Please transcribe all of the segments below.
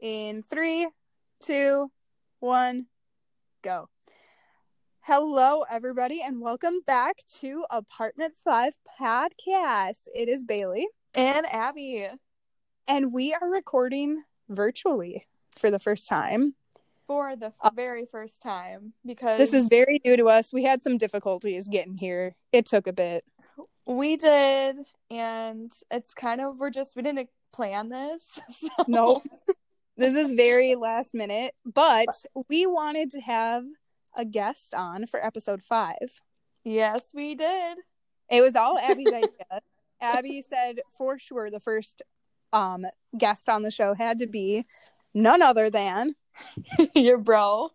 in three, two, one, go. Hello, everybody, and welcome back to Apartment 5 Podcast. It is Bailey, And Abby, and we are recording virtually for the first time. for the f- very first time, because This is very new to us. We had some difficulties getting here, it took a bit. we did, and it's kind of we're just we didn't plan this. So. No. this is very last minute, but we wanted to have a guest on for episode five. Yes, we did. It was all Abby's idea. Abby said for sure the first um guest on the show had to be none other than Your bro.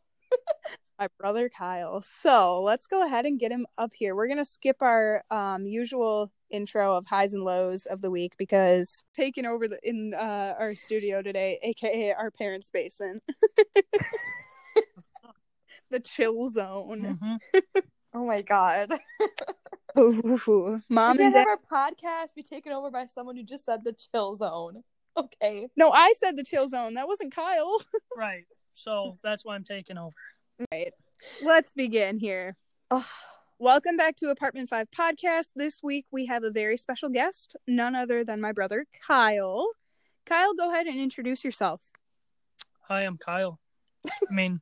my brother Kyle. So let's go ahead and get him up here. We're gonna skip our um usual intro of highs and lows of the week because taking over the, in uh, our studio today, aka our parents' basement. the chill zone. Oh my god. Ooh. Mom we and can't dad. have our podcast be taken over by someone who just said the chill zone. Okay. No, I said the chill zone. That wasn't Kyle. Right. So that's why I'm taking over. Let's begin here. Ugh. Welcome back to Apartment 5 Podcast. This week we have a very special guest, none other than my brother, Kyle. Kyle, go ahead and introduce yourself. Hi, I'm Kyle. I mean,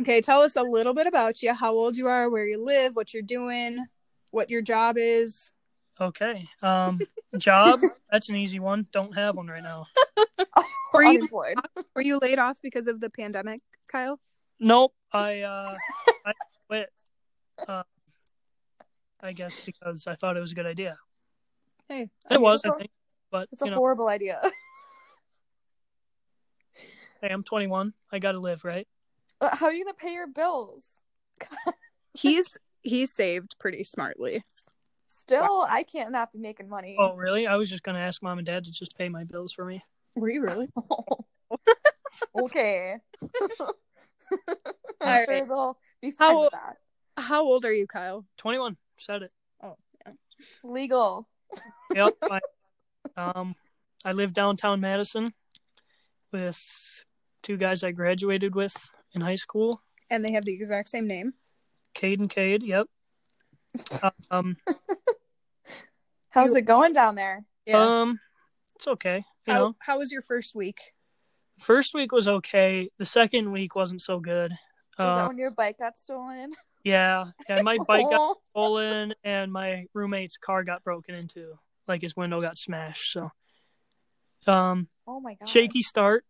Okay, tell us a little bit about you, how old you are, where you live, what you're doing, what your job is. okay. Um, job. That's an easy one. Don't have one right now. Were you, Unemployed. were you laid off because of the pandemic, Kyle? Nope. I uh, I quit. Uh, I guess because I thought it was a good idea. Hey, It was, I it's a- think. But It's a you know, horrible idea. hey, I'm 21. I gotta live, right? How are you gonna pay your bills? He's he's saved pretty smartly. Still, I can't not be making money. Oh, really? I was just gonna ask mom and dad to just pay my bills for me. Were you really? okay. I'm All sure right. they'll be fine How with that. How old are you, Kyle? 21. Said it. Legal. Yep. I, um, I live downtown Madison with two guys I graduated with in high school. And they have the exact same name. Cade and Cade. Yep. um, How's it going down there? um, it's okay. Oh. You How, know, how was your first week? first week was okay. The second week wasn't so good. Is that Uh, when your bike got stolen? yeah, yeah. My bike got Oh, stolen, and my roommate's car got broken into. Like his window got smashed. So, um, oh my god. shaky start.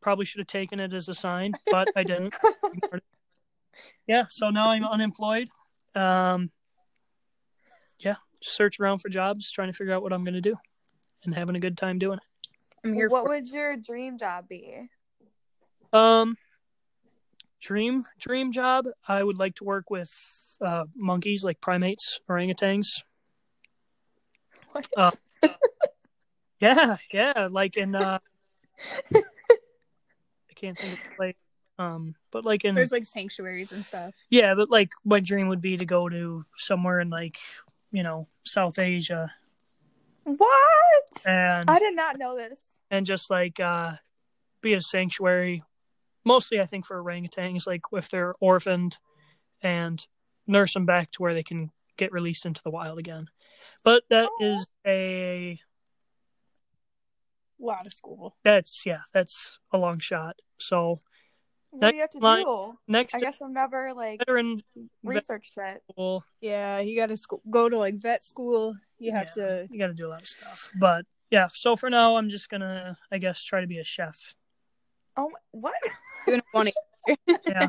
Probably should have taken it as a sign, but I didn't. Ignored it. yeah. So now I'm unemployed. Um, yeah. Search around for jobs, trying to figure out what I'm going to do, and having a good time doing it. I'm here What for would your dream job be? Um, dream dream job. I would like to work with uh, monkeys, like primates, orangutans. What? Uh, Yeah, yeah. Like in uh, I can't think of the place. Um, but like in there's like sanctuaries and stuff. yeah, but like my dream would be to go to somewhere in like you know South Asia what? and I did not know this. and just like uh, be a sanctuary. Mostly, I think for orangutans, like if they're orphaned, and nurse them back to where they can get released into the wild again. But that Aw. is a A lot of school. that's yeah that's a long shot. So What Next do you have to line. do? next I guess I've never like veteran vet researched it. school, Yeah, you got to sc- go to like vet school. You have Yeah. to. you got to do a lot of stuff. But yeah, so for now, I'm just gonna I guess try to be a chef. Oh, my- what? Doing funny. Yeah.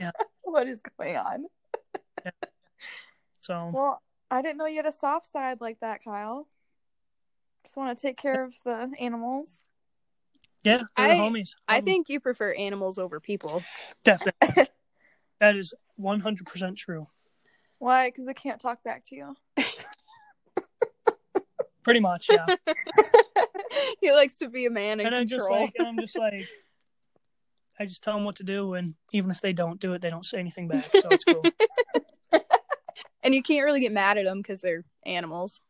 what is going on? so Well, I didn't know you had a soft side like that, Kyle. Just want to take care of the animals. yeah, they're I- homies. I Um, think you prefer animals over people. definitely that is 100 percent true. Why? Because they can't talk back to you. Pretty much, yeah. he likes to be a man in and I just control. like and I'm just like I just tell them what to do, and even if they don't do it, they don't say anything back. So it's cool. and you can't really get mad at them because they're animals.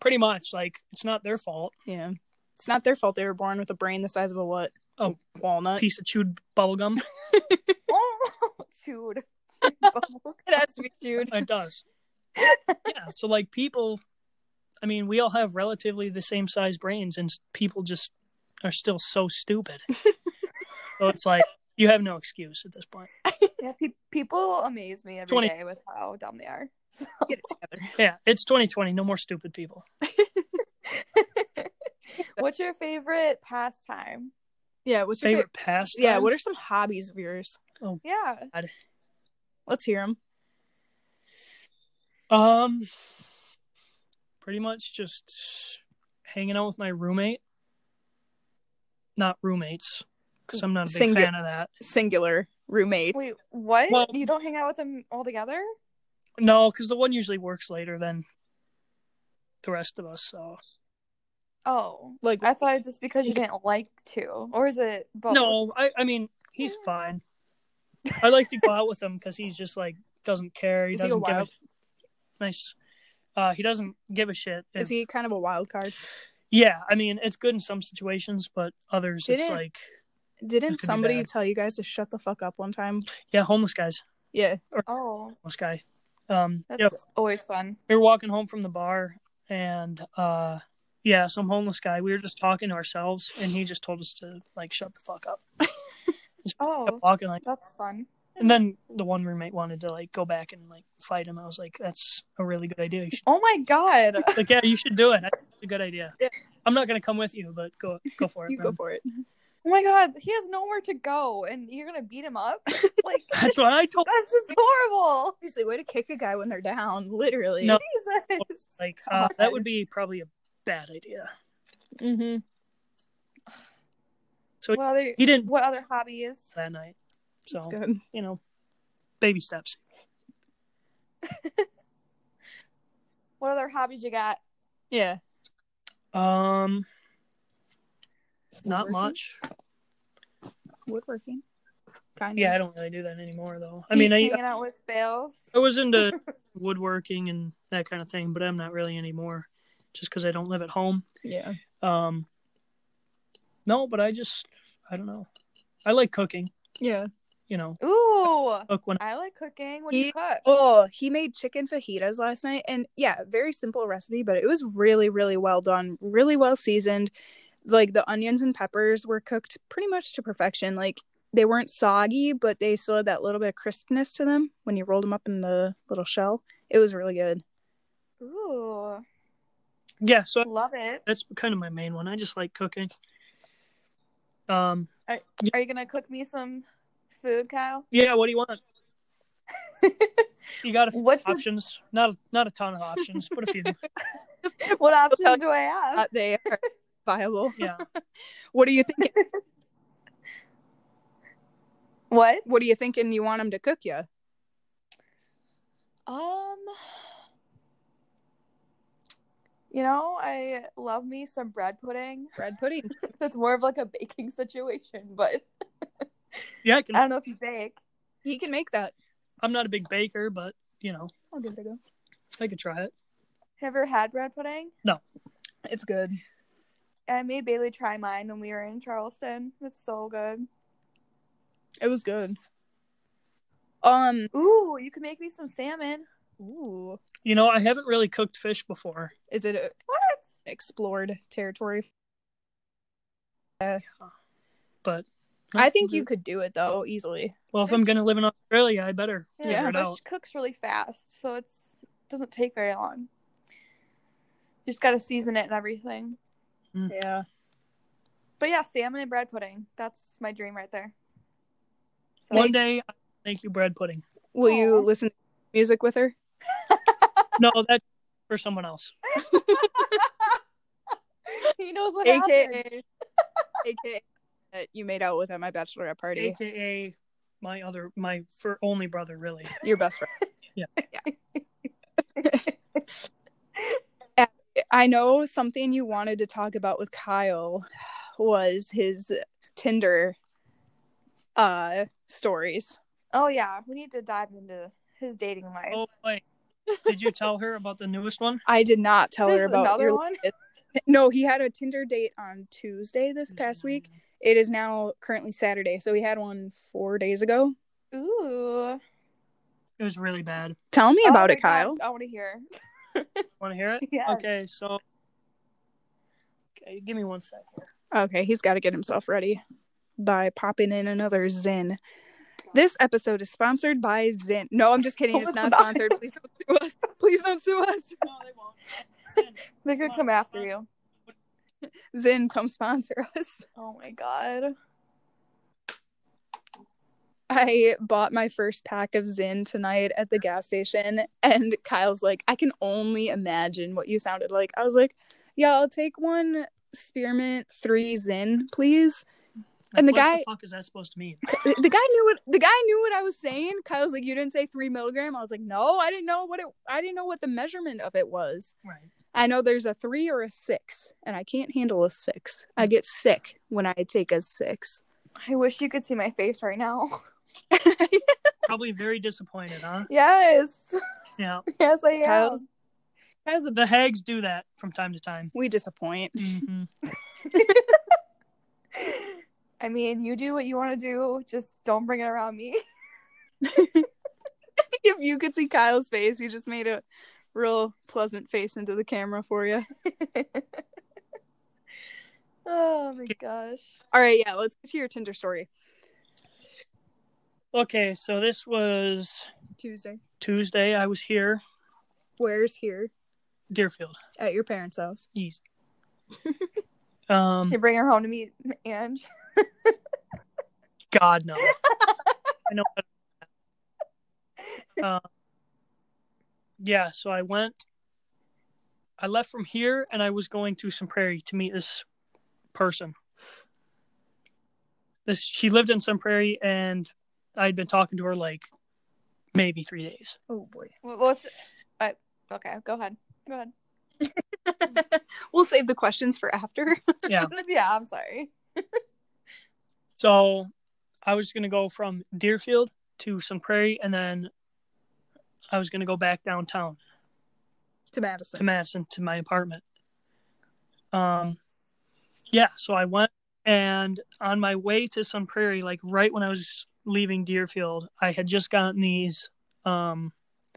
pretty much like it's not their fault. Yeah. It's not their fault they were born with a brain the size of a what? Oh. walnut. Piece of chewed bubblegum. oh, chewed. Chewed bubble. It has to be chewed. it does. yeah. So like people, I mean, we all have relatively the same size brains, and s- people just are still so stupid. so it's like you have no excuse at this point. yeah, pe- people amaze me every day 20. with how dumb they are. Get it together. Yeah, it's 2020. No more stupid people. What's your favorite pastime? Yeah. What's your Favorite favorite? pastime? Yeah. What are some hobbies of yours? Yeah. Let's hear them. Um, pretty much just hanging out with my roommate. Not roommates, because I'm not a big Singu- fan of that. Singular roommate. Wait, what? Well- you don't hang out with them all together? No, because the one usually works later than the rest of us. So Oh. Like I thought just because you didn't like to. Or is it both? no, I, I mean he's fine. I like to go out with him because he's just like doesn't care. He Is he a doesn't give a wild- nice. Uh, he doesn't give a shit. is he kind of a wild card? Yeah, I mean it's good in some situations, but others it's Didn't- like Didn't could be somebody bad. tell you guys to shut the fuck up one time? yeah, homeless guys, Yeah. Oh, homeless guy. Um, that's you know, always fun. we were walking home from the bar and uh yeah some homeless guy we were just talking to ourselves and he just told us to like shut the fuck up Uh-huh. Oh, Kept walking like that's fun. and then the one roommate wanted to like go back and like fight him i was like that's a really good idea you should Oh my god. like yeah you should do it that's a good idea Yeah. i'm not gonna come with you but go go for it You bro. go for it. Oh my god, he has nowhere to go and you're going to beat him up? like that's what i told that's just horrible. Seriously, way to kick a guy when they're down. Literally. No. Jesus. like Oh, uh, that God. would be probably a bad idea Mm-hmm. But What other he didn't what other hobbies? that night That's so good. you know baby steps What other hobbies you got? Yeah. um not Woodworking? much Woodworking. Kind of. Yeah, I don't really do that anymore, though. I You mean, I, Hanging out with Bales. I was into woodworking and that kind of thing, but I'm not really anymore, just because I don't live at home. Yeah. Um, no, but I just, I don't know. I like cooking. Yeah. You know, Ooh. cook when I like cooking. What do He- you cook? Oh, he made chicken fajitas last night. And yeah, very simple recipe, but it was really, really well done, really well seasoned. Like the onions and peppers were cooked pretty much to perfection. Like they weren't soggy, but they still had that little bit of crispness to them when you rolled them up in the little shell. It was really good. Ooh. yeah. So Love it. that's kind of my main one. I just like cooking. Um, Are you gonna cook me some food, Kyle? yeah. What do you want? You got a few What's the- options. Not not a ton of options, but a few. What tell Uh, options do I have? But they are viable. Yeah. What are you thinking? What? What are you thinking you want him to cook you? Um You know, I love me some bread pudding. Bread pudding. That's more of like a baking situation, but Yeah, I I can. don't know if you bake. He can make that. I'm not a big baker, but you know, I'll give it a go. I could try it. Have you ever had bread pudding? It's good. I made Bailey try mine when we were in Charleston. It's so good. It was good. Um. Ooh, you can make me some salmon. Ooh. You know, I haven't really cooked fish before. Is it a- What? explored territory. but I think you could do it though easily. Well, if I'm gonna live in Australia, I better Yeah, Yeah. figure fish it out. cooks really fast, so it's doesn't take very long. You just gotta season it and everything. Yeah. But yeah, salmon and bread pudding. That's my dream right there. So One day, I'll make you bread pudding. Will you Aw. listen to music with her? No, that's for someone else. he knows what happens. AKA AKA that you made out with at my bachelorette party. AKA my other, my for only brother, really. Your best friend. Yeah. Yeah. I know something you wanted to talk about with Kyle was his Tinder uh stories. Oh yeah, we need to dive into his dating life. Oh boy, Did you tell her about the newest one? I did not tell her There's about another your- one? No, he had a Tinder date on Tuesday Mm, this past week. It is now currently Saturday, so he had one four days ago. Ooh. It was really bad. Tell me Oh about my it, Kyle. God, I want to hear. Want to hear it? Yes. Okay, so okay, give me one sec. here. Okay, he's got to get himself ready by popping in another Zin. This episode is sponsored by Zin. No, I'm just kidding. It's Oh, It's not not. sponsored. Please don't sue us. Please don't sue us. No, they won't. They're gonna come after you. Zin, come sponsor us. Oh my god. I bought my first pack of Zin tonight at the gas station, and Kyle's like, I can only imagine what you sounded like. I was like, Yeah, I'll take one spearmint, three Zin, please. And the Like, what guy- the fuck is that supposed to mean? The the guy knew what the guy knew what I was saying. Kyle's like, You didn't say three milligram. I was like, No, I didn't know what it I didn't know what the measurement of it was. Right. I know there's a three or a six, and I can't handle a six. I get sick when I take a six. I wish you could see my face right now. Probably very disappointed, huh? Yes. Yeah. Yes, I am. Kyle's- Kyle's a- The hags do that from time to time. we disappoint. Mhm. I mean, you do what you want to do. Just don't bring it around me. if you could see Kyle's face, he just made a real pleasant face into the camera for you. oh my gosh. All right, yeah, let's get to your Tinder story. Okay, so this was Tuesday. Tuesday. I was here, Where's here? Deerfield. At your parents' house. East. um, Mm. You bring her home to meet Ange. God no. I know. Uh, yeah, so I went. I left from here, and I was going to some prairie to meet this person. This she lived in some prairie, and I'd been talking to her like maybe three days. Oh boy. What- What's I, uh, okay, go ahead. Go ahead. we'll save the questions for after. Yeah. yeah, I'm sorry. So I was going to go from Deerfield to some prairie, and then I was going to go back downtown. To to Madison. Madison to my apartment. Um, yeah, so I went and on my way to Sun Prairie, like right when I was leaving Deerfield, I had just gotten these. Um,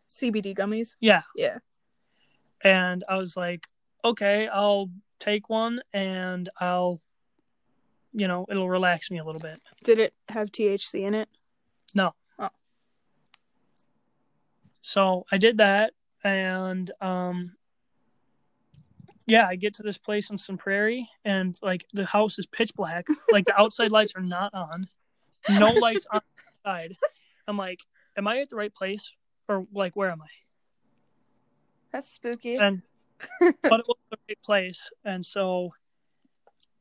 CBD gummies. yeah, Yeah. and I was like, okay, I'll take one and I'll, you know, it'll relax me a little bit. Did it have THC in it? So I did that, and um, yeah, I get to this place in Sun Prairie, and like the house is pitch black. like the outside lights are not on, no lights on the side. I'm like, am I at the right place, or like where am I? That's spooky. And but it was the right place, and so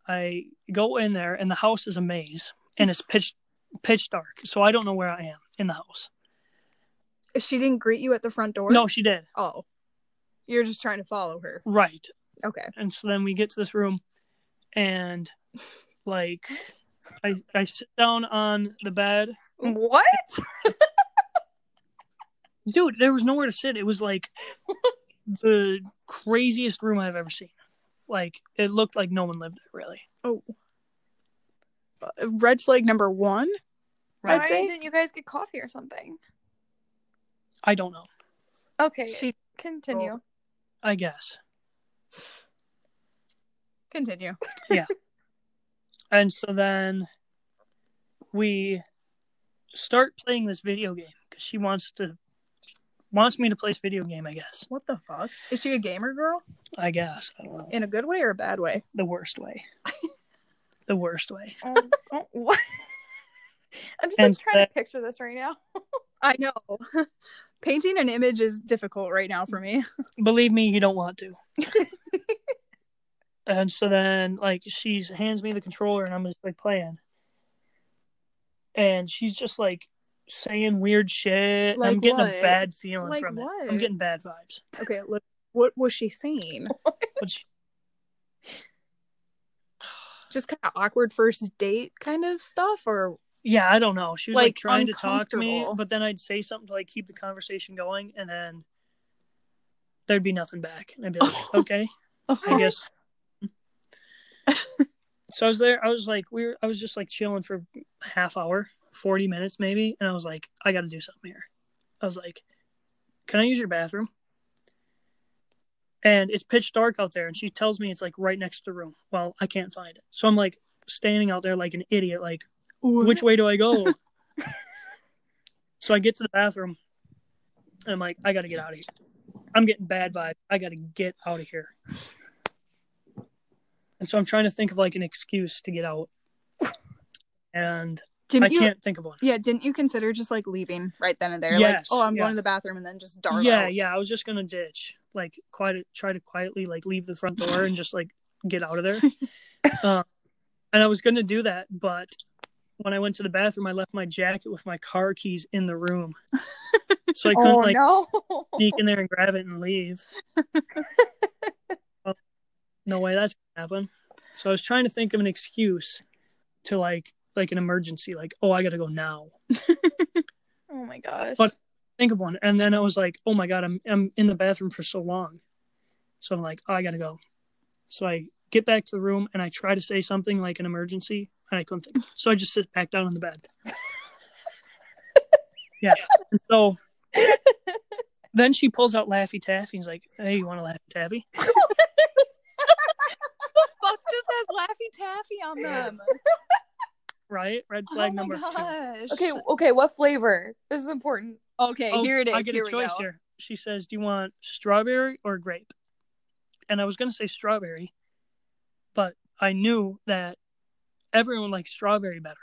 I go in there, and the house is a maze, and it's pitch pitch dark. So I don't know where I am in the house. She didn't greet you at the front door? No, she did Oh. You're just trying to follow her. right. Okay. And so then we get to this room, and like, I I sit down on the bed. what? Dude, there was nowhere to sit. It was like the craziest room I've ever seen. Like it looked like no one lived there really. Uh, Red flag number one. Why I'd say- didn't you guys get coffee or something? I don't know. Okay, She continue. I guess. continue. And so then we start playing this video game because she wants to wants me to play this video game. I guess. What the fuck? Is she a gamer girl? I guess. I don't know. In a good way or a bad way? The worst way. the worst way. Um, oh, what? I'm just And like, trying that- to picture this right now. I know. Painting an image is difficult right now for me. believe me, you don't want to. and so then, like, she's hands me the controller, and I'm just like playing. And she's just like saying weird shit. Like I'm getting what? a bad feeling Like from it. I'm what? getting bad vibes. Okay, look. What was she saying? But she- Just kind of awkward first date kind of stuff, or yeah, I don't know. She was like, Like, trying to talk to me, uncomfortable. but then I'd say something to like keep the conversation going, and then there'd be nothing back. And I'd be like, okay, I guess. so I was there. I was like, we were, I was just like chilling for a half hour, 40 minutes maybe. And I was like, I got to do something here. I was like, can I use your bathroom? And it's pitch dark out there. And she tells me it's like right next to the room. Well, I can't find it. So I'm like standing out there like an idiot, like, which way do I go? so I get to the bathroom and I'm like, I gotta get out of here. I'm getting bad vibes. I gotta get out of here. And so I'm trying to think of like an excuse to get out. And Didn't I you? can't think of one. Yeah, didn't you consider just like leaving right then and there? like, Yes, oh, I'm yeah. going to the bathroom and then just dart yeah, out. yeah. I was just gonna ditch, like quiet try to quietly like leave the front door and just like get out of there. um, and I was gonna do that, but when I went to the bathroom, I left my jacket with my car keys in the room, so I couldn't oh like no! sneak in there and grab it and leave. Well, no way that's gonna happen. So I was trying to think of an excuse to like like an emergency, like, oh I gotta go now. Oh my gosh! But- Think of one. And then I was like, oh my god, I'm I'm in the bathroom for so long. So I'm like, oh, I gotta go. So I get back to the room and I try to say something like an emergency and I couldn't think. So I just sit back down on the bed. yeah. And so then she pulls out Laffy Taffy and is like, Hey, you want a Laffy Taffy? Fuck just has Laffy Taffy on them. right? Red flag oh number my two. gosh. okay, okay. What flavor? This is important. Okay, Oh, here it is. I get here a choice we go. here. She says, "Do you want strawberry or grape?" And I was going to say strawberry, but I knew that everyone likes strawberry better.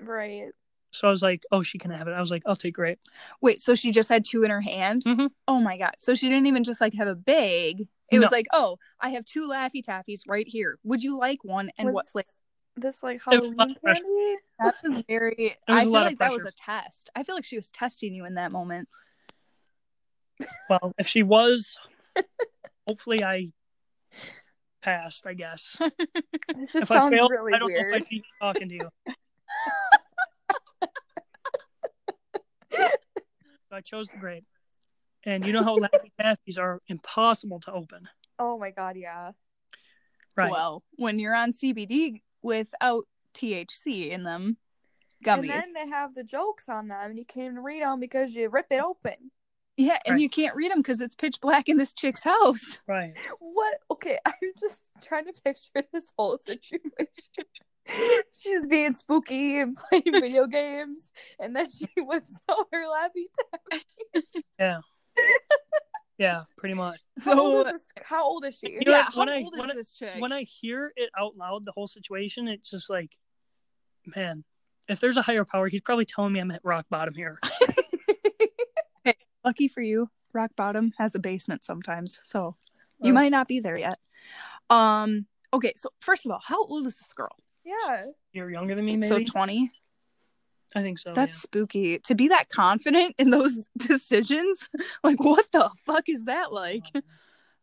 Right. So I was like, "Oh, she can have it." I was like, "I'll take grape." Wait, so she just had two in her hand? Mhm. Oh my god. So she didn't even just like have a bag. It was No. like, oh, I have two Laffy Taffies right here. Would you like one and Was what flavor? This like was a lot Halloween of pressure. candy. That was very There was I a feel lot of like that was pressure. a test. I feel like she was testing you in that moment. Well, if she was, hopefully I passed. I guess. This just if I sounds failed, really I don't know weird. if I'd be talking to you. So I chose the grape, and you know how Laffy Taffies are impossible to open, Oh my god! Yeah. right? Well, when you're on CBD without THC in them, And gummies. then they have the jokes on them, and you can't even read them because you rip it open. yeah, and Right. Oh, you can't read them because it's pitch black in this chick's house. Right. What? Okay, I'm just trying to picture this whole situation. She's being spooky and playing video games, and then she whips out her lappy. Yeah, pretty much. So How, old is this- how old is she? You know yeah, what, how when I- old when is I- this chick? When I hear it out loud, the whole situation, it's just like, man, if there's a higher power, he's probably telling me I'm at rock bottom here. Lucky for you, rock bottom has a basement sometimes, so you Oh. might not be there yet. Um. Okay, so first of all, how old is this girl? Yeah. You're younger than me, maybe. So twenty. I think so. That's spooky. To be that confident in those decisions, like what the fuck is that yeah. Um, like?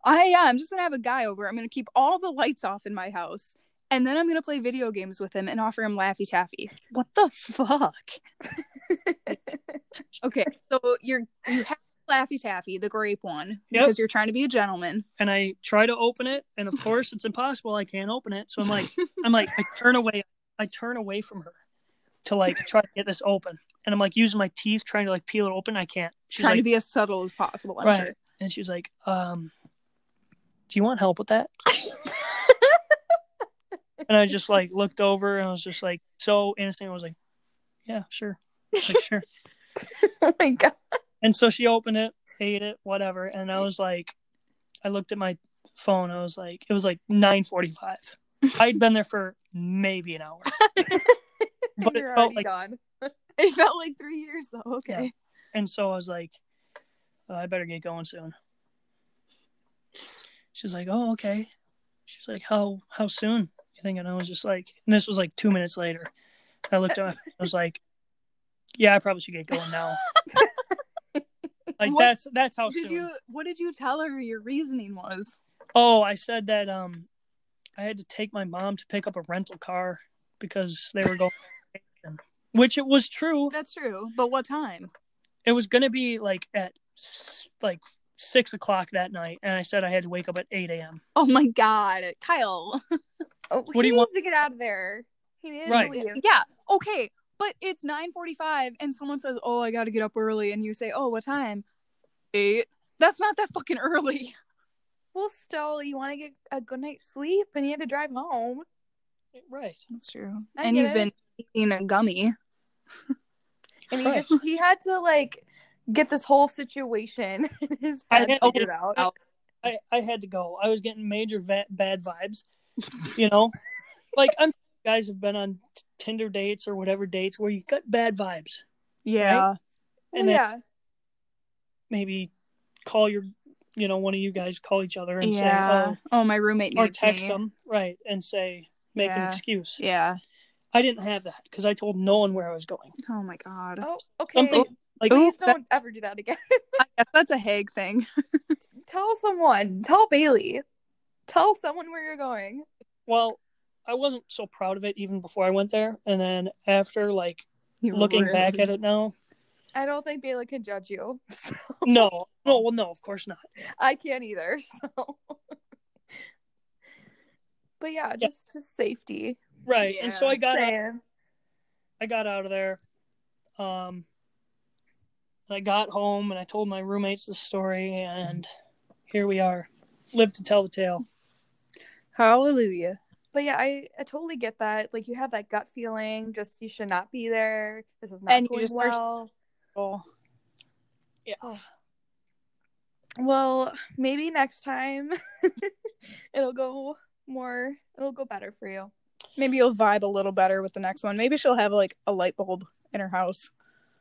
I yeah, I'm just gonna have a guy over. I'm gonna keep all the lights off in my house, and then I'm gonna play video games with him and offer him Laffy Taffy. What the fuck? Okay, so you're you have Laffy Taffy, the grape one, Yep. because you're trying to be a gentleman. And I try to open it, and of course it's impossible. I can't open it. So I'm like, I'm like, I turn away, I turn away from her to like try to get this open, and I'm like using my teeth trying to like peel it open. I can't. She's trying like, to be as subtle as possible. I'm Right. sure. and she was like, um, do you want help with that? And I just like looked over and I was just like so innocent. I was like, yeah, sure. Like, sure. oh my god. And so she opened it, ate it, whatever. And I was like, I looked at my phone. I was like, it was like 945. I'd been there for maybe an hour. but it You're felt already like, gone. It felt like three years though. Okay. and so I was like, oh, I better get going soon. She's like, oh, okay. She's like, how, how soon? You think? And I was just like, and this was like two minutes later. I looked at my, I was like, yeah, I probably should get going now. like What- that's, that's how Did soon. you? What did you tell her your reasoning was? Oh, I said that um I had to take my mom to pick up a rental car because they were going on vacation. which it was true. That's true. But what time? It was going to be like at s- like six o'clock that night, and I said I had to wake up at eight a.m. Oh my god, Kyle. Oh, do he you needs want- to get out of there. He needs Right. to leave. Yeah. Okay. But it's 9:45 and someone says, "Oh, I got to get up early." And you say, "Oh, what time?" 8. That's not that fucking early. Well, still, you want to get a good night's sleep, and you had to drive home. Right. That's true. I and get you've it. been eating a gummy. And he Right. just he had to like get this whole situation in his I Oh, head had to figured out. Oh, out. I, I had to go. I was getting major va- bad vibes, you know. like I'm you guys have been on t- Tinder dates or whatever dates where you got bad vibes. Yeah. Well, And then yeah. maybe call your, you know, one of you guys call each other and Yeah. say, oh, my roommate oh, or needs text me. them, right, and say, make an Yeah. excuse. Yeah. I didn't have that because I told no one where I was going. Oh my god. Oh, okay. Something like Ooh. Please don't ever do that again. I guess that's a Hague thing. Tell someone. Tell Bailey. Tell someone where you're going. well, I wasn't so proud of it even before I went there, and then after like You were looking rude. back at it now, I don't think Bailey can judge you. So no, no, well, no, of course not. I can't either. So. But yeah, just to safety. Right, and so Yeah, I got out- Same. I got out of there. Um, and I got home and I told my roommates the story, and here we are, live to tell the tale. Hallelujah. But yeah, I, I totally get that. Like you have that gut feeling, just you should not be there. This is not And you going just are- well. Oh. Well, maybe next time it'll go more it'll go better for you. Maybe you'll vibe a little better with the next one. Maybe she'll have like a light bulb in her house.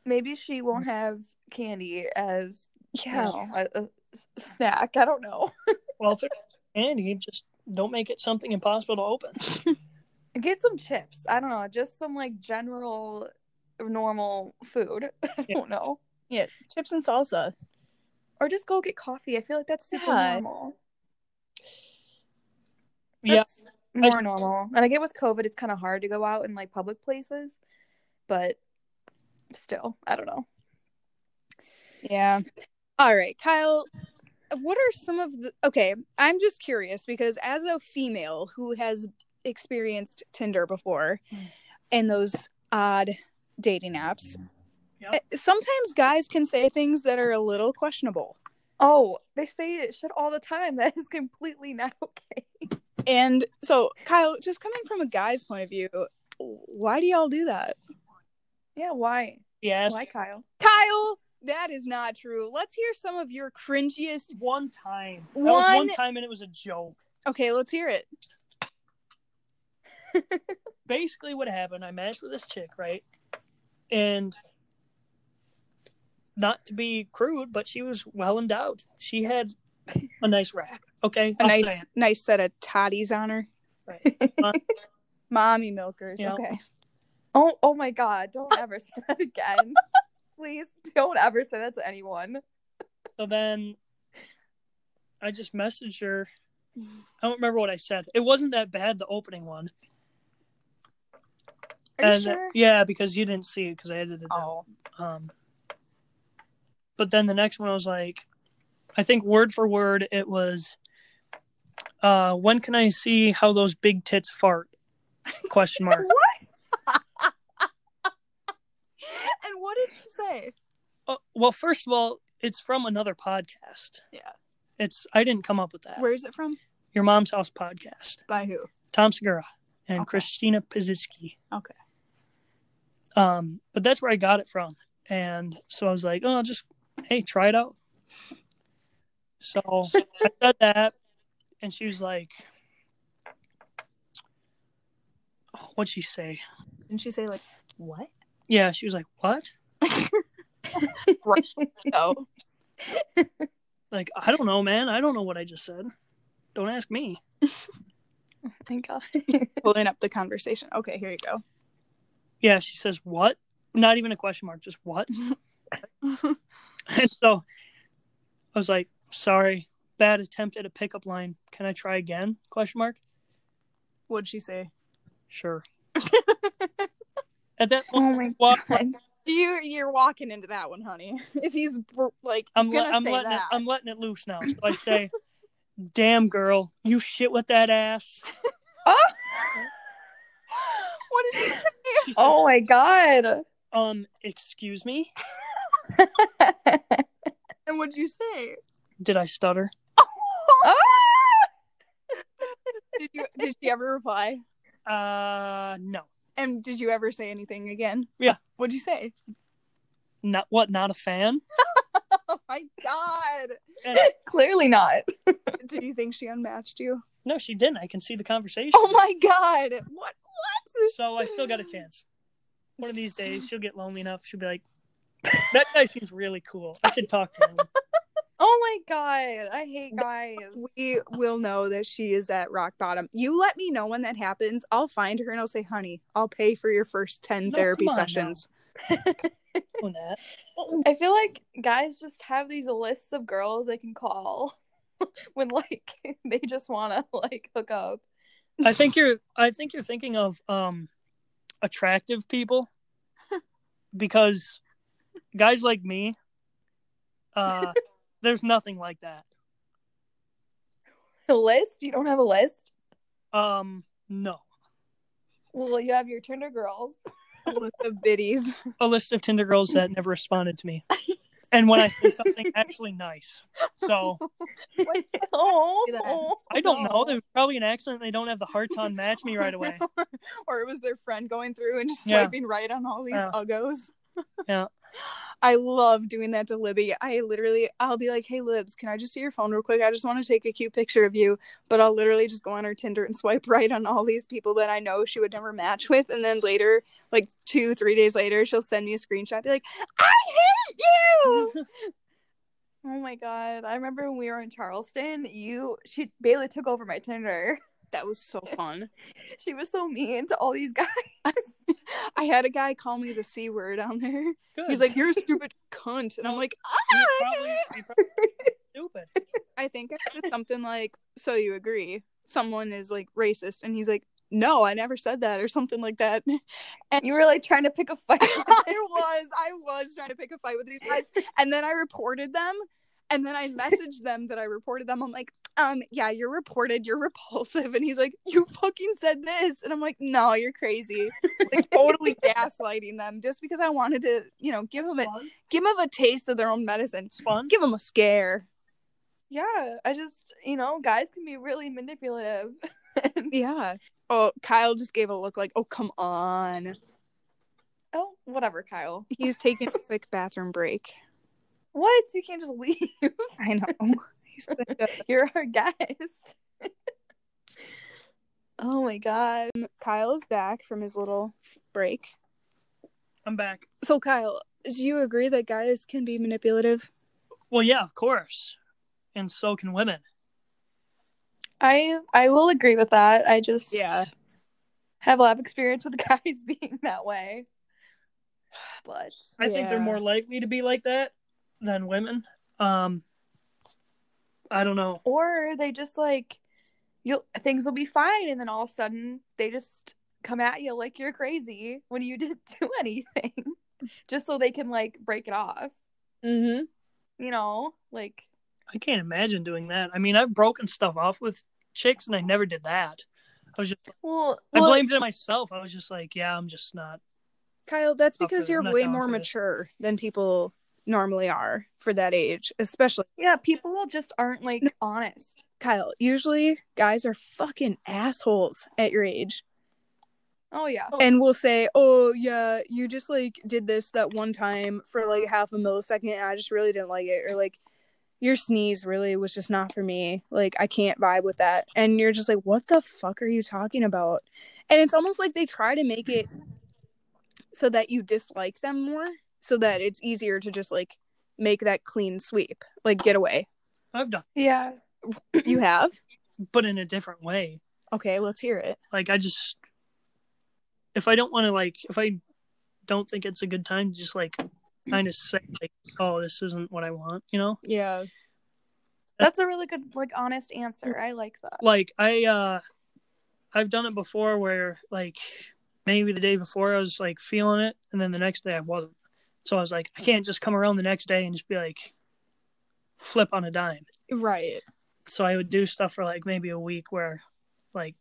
Maybe she won't have candy as you Yeah. know, a, a s- snack. I don't know. Well, if there's candy, just don't make it something impossible to open. Get some chips. I don't know, just some like general normal food. I Yeah. don't know. Yeah, chips and salsa. Or just go get coffee. I feel like that's super Yeah. normal. Yeah, That's more normal. And I get with COVID, it's kind of hard to go out in like public places, but still, I don't know. Yeah. All right, Kyle, what are some of the Okay, I'm just curious because as a female who has experienced Tinder before Hmm. and those odd dating apps, Yep. eh, sometimes guys can say things that are a little questionable. Oh, they say it shit all the time. That is completely not okay. And so, Kyle, just coming from a guy's point of view, why do y'all do that? Yeah, why? yes. Why, Kyle? Kyle, that is not true. Let's hear some of your cringiest. One time, That was one One- time, and it was a joke. Okay, let's hear it. basically what happened i matched with this chick right and not to be crude but she was well endowed she had a nice rack okay A I'll say nice, it. nice set of toddies on her. Mommy milkers. Yeah. Okay. Oh, oh my God! Don't ever say that again. Please, don't ever say that to anyone. so then i just messaged her i don't remember what i said it wasn't that bad the opening one Are you And, uh, sure? yeah because you didn't see it because i edited it down. Oh. um but then the next one i was like i think word for word it was uh when can i see how those big tits fart question mark And what did you say? Uh, well first of all it's from another podcast Yeah. it's i didn't come up with that Where is it from? your mom's house podcast By who? tom segura and Okay. christina Pizicki. Okay. um but that's where i got it from and so i was like oh just hey try it out so i said that and she was like oh, what'd she say Didn't she say like what? yeah she was like what No. like i don't know man i don't know what i just said don't ask me Thank God. Pulling up the conversation. Okay, here you go. yeah she says what not even a question mark just what and so I was like, sorry, bad attempt at a pickup line. Can I try again? Question mark. What'd she say? Sure. at that oh point, my walk God. You you're walking into that one, honey. If he's br- like I'm, le- gonna I'm say letting it, that, I'm letting it loose now. So I say, "Damn girl, you shit with that ass." Oh, what did he say? She said, oh my god. Um, excuse me, And what'd you say? did I stutter? Ah, Did you did she ever reply? Uh, no, And did you ever say anything again? Yeah. What'd you say? not what, not a fan. Oh my god. And, Clearly not. Do you think she unmatched you? no, she didn't. I can see the conversation. Oh my god. What what? So I still got a chance. One of these days, she'll get lonely enough. She'll be like, "That guy seems really cool. I should talk to him." Oh my god. I hate guys. We will know that she is at rock bottom. You let me know when that happens. I'll find her and I'll say, honey, I'll pay for your first 10 No, therapy come on now. sessions. Doing that. I feel like guys just have these lists of girls they can call when like they just want to like hook up. I think you're. I think you're thinking of um, attractive people, because guys like me, uh, there's nothing like that. A list? You don't have a list? Um, no, Well, you have your Tinder girls. With the biddies. a list of Tinder girls that never responded to me, and when I say something actually nice, so oh, I don't know. There's probably an accident. They don't have the hearts on match me right away. or it was their friend going through and just Yeah. swiping right on all these Yeah. uggos. Yeah. I love doing that to Libby. I literally, I'll be like, "Hey, Libs, can I just see your phone real quick? I just want to take a cute picture of you." But I'll literally just go on her Tinder and swipe right on all these people that I know she would never match with, and then later, like two, three days later, she'll send me a screenshot, be like, "I hate Mm-hmm. you." Oh my god! I remember when we were in Charleston. You, she Bailey took over my Tinder. that was so fun. She was so mean to all these guys. I had a guy call me the c word on there. Good. He's like, "You're a stupid cunt," and I'm like, "Ah, you okay." probably, you probably stupid. I think I said something like, "So you agree someone is like racist?" And he's like, "No, I never said that," or something like that. You were like trying to pick a fight. I was, I was trying to pick a fight with these guys, and then I reported them, and then I messaged them that I reported them. I'm like, "Um, yeah, you're reported. You're repulsive." And he's like, "You fucking said this," and I'm like, "No, you're crazy." Like totally gaslighting them just because I wanted to, you know, give them a Fun. give them a taste of their own medicine, It's fun. give them a scare. yeah, I just you know guys can be really manipulative. Yeah. Oh, Kyle just gave a look like, oh, come on. Oh, whatever, Kyle. He's taking a quick bathroom break. What? You can't just leave. I know. He's such a- You're our guest. oh my god! Um, Kyle is back from his little break. I'm back. So, Kyle, do you agree that guys can be manipulative? Well, yeah, of course. And so can women. I I will agree with that. I just Yeah. have a lot of experience with guys being that way. But I think they're Yeah. more likely to be like that than women. Um I don't know. or they just like you will things will be fine and then all of a sudden they just come at you like you're crazy when you didn't do anything just so they can like break it off Mm-hmm. you know like I can't imagine doing that. I mean, I've broken stuff off with chicks and I never did that. I was just well, I well, blamed it on myself. I was just like, yeah, I'm just not. Kyle, that's Not because for- you're not way down more for this. mature than people normally are for that age, especially yeah people just aren't like honest Kyle. Usually, guys are fucking assholes at your age. oh yeah and will say, "Oh yeah, you just like did this that one time for like half a millisecond, and I just really didn't like it," or like, "Your sneeze really was just not for me. Like I can't vibe with that." And you're just like, "What the fuck are you talking about?" And it's almost like they try to make it so that you dislike them more, so that it's easier to just like make that clean sweep, like get away. I've done, yeah You have but in a different way. okay. Let's hear it. Like I just if I don't want to like if I don't think it's a good time to just like kind of say like, oh, this isn't what I want, you know? Yeah. that's a really good like honest answer i like that like i uh i've done it before where like maybe the day before i was like feeling it and then the next day i wasn't So I was like, I can't just come around the next day and just be like, flip on a dime. Right. So I would do stuff for like maybe a week where, like,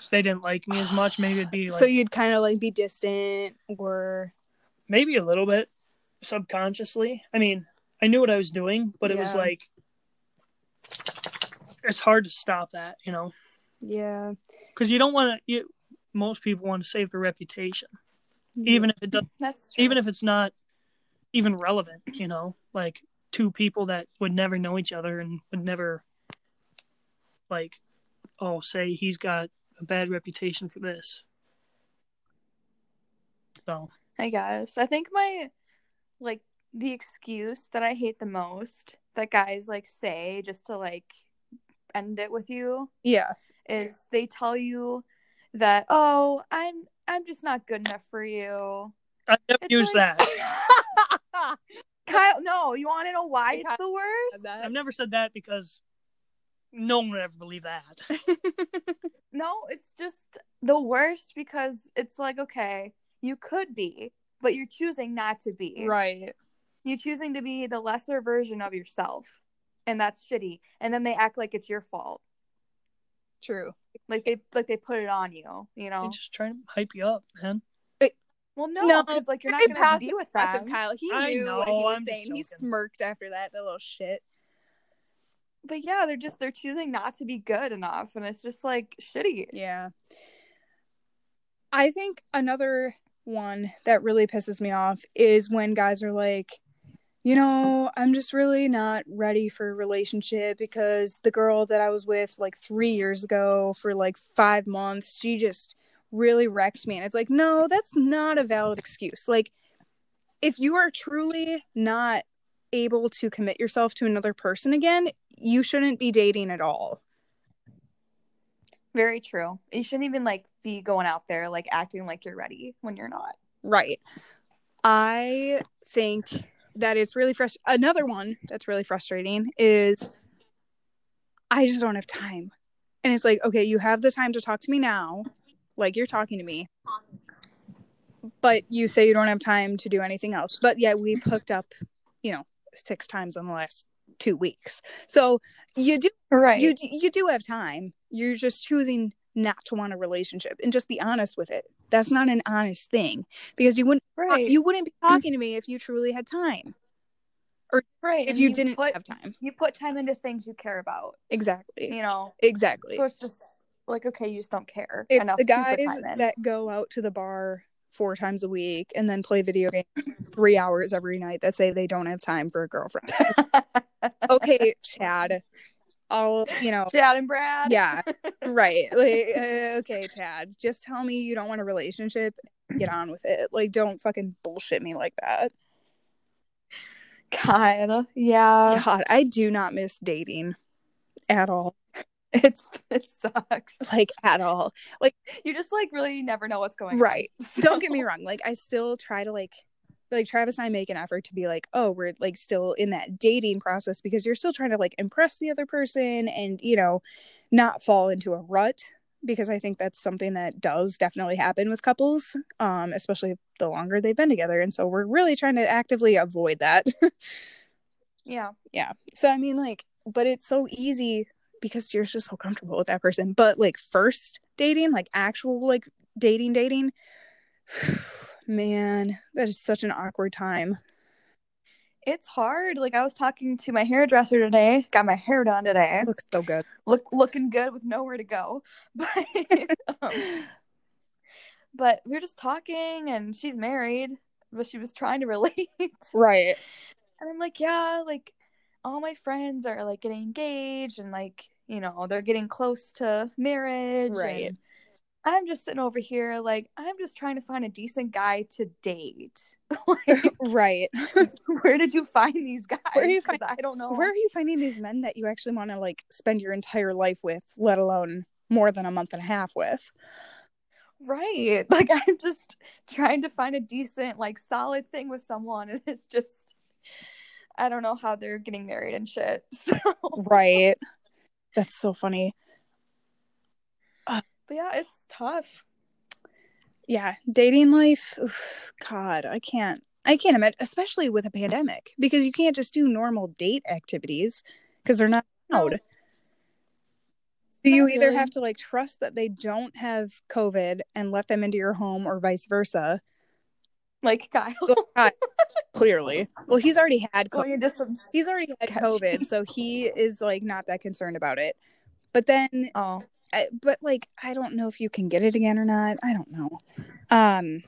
if they didn't like me as much. Maybe it'd be like, so you'd kind of like be distant or maybe a little bit subconsciously. I mean, I knew what I was doing, but it was Yeah. like, it's hard to stop that, you know? yeah. Because you don't want to, you, most people want to save their reputation, Mm-hmm. even if it does, That's true. even if it's not even relevant, you know? Like, two people that would never know each other and would never, like, oh, say he's got a bad reputation for this. So, I guess. I think my like the excuse that I hate the most that guys like say just to like end it with you yeah. is they tell you that oh I'm I'm just not good enough for you. I never It's used like- that. Kyle, no, you want to know why Hey, Kyle, it's the worst? I've never said that because no one would ever believe that. No, it's just the worst because it's like okay, you could be, but you're choosing not to be. Right. you're choosing to be the lesser version of yourself and that's shitty and then they act like it's your fault True. like they like they put it on you you know I'm just trying to hype you up, man. well No, no because like you're not Freaking gonna passive be with aggressive, them Kyle. He I knew what he know, was I'm just saying. He joking. smirked after that, that little shit. but yeah they're just they're choosing not to be good enough and it's just like shitty Yeah. I think another one that really pisses me off is when guys are like, you know, I'm just really not ready for a relationship because the girl that I was with like three years ago for like five months, she just really wrecked me. And it's like, no, that's not a valid excuse. Like, if you are truly not able to commit yourself to another person again, you shouldn't be dating at all. very true you shouldn't even like be going out there like acting like you're ready when you're not Right. I think that it's really frust. Another one that's really frustrating is I just don't have time. And it's like, okay, you have the time to talk to me now, like you're talking to me. But you say you don't have time to do anything else. But yet we've hooked up, you know, six times in the last two weeks. So you do right you d- you do have time. You're just choosing not to want a relationship and just be honest with it. That's not an honest thing because you wouldn't right Mm-hmm. you wouldn't be talking to me if you truly had time. right If and you, didn't put have time. you put time into things you care about Exactly. you know Exactly. so it's just like okay you just don't care It's enough the to put guys time in. that go out to the bar four times a week and then play video games three hours every night that say they don't have time for a girlfriend. okay, Chad. I'll you know Chad and Brad. Yeah. right like uh, okay chad just tell me you don't want a relationship get on with it like don't fucking bullshit me like that God. Yeah. god i do not miss dating at all It's it sucks. like at all You just like really never know what's going right on. don't get me wrong like i still try to like like travis and i make an effort to be like oh we're like still in that dating process because you're still trying to like impress the other person and you know not fall into a rut because i think that's something that does definitely happen with couples um especially the longer they've been together and so we're really trying to actively avoid that Yeah. yeah so i mean like but it's so easy because you're just so comfortable with that person but like first dating like actual like dating dating man that is such an awkward time It's hard. Like I was talking to my hairdresser today. Got my hair done today. it looks so good Look looking good with nowhere to go. But um, but we were just talking and she's married, but she was trying to relate. right And I'm like, yeah, like all my friends are like getting engaged and like, you know, they're getting close to marriage. Right. and I'm just sitting over here like I'm just trying to find a decent guy to date. like, right where did you find these guys? Where do you 'Cause I don't know. where are you finding these men that you actually want to like spend your entire life with let alone more than a month and a half with Right. Like I'm just trying to find a decent, like solid thing with someone and it's just I don't know how they're getting married and shit. So right that's so funny but yeah, it's tough. yeah dating life oof, god i can't I can't imagine, especially with a pandemic, because you can't just do normal date activities because they're not allowed. So you Not either really. have to like trust that they don't have COVID and let them into your home, or vice versa. Like Kyle Clearly, well, he's already had COVID. going into some. He's already had Sketchy. COVID, so he is like not that concerned about it. But then, Oh, I, but like, I don't know if you can get it again or not. I don't know. Um,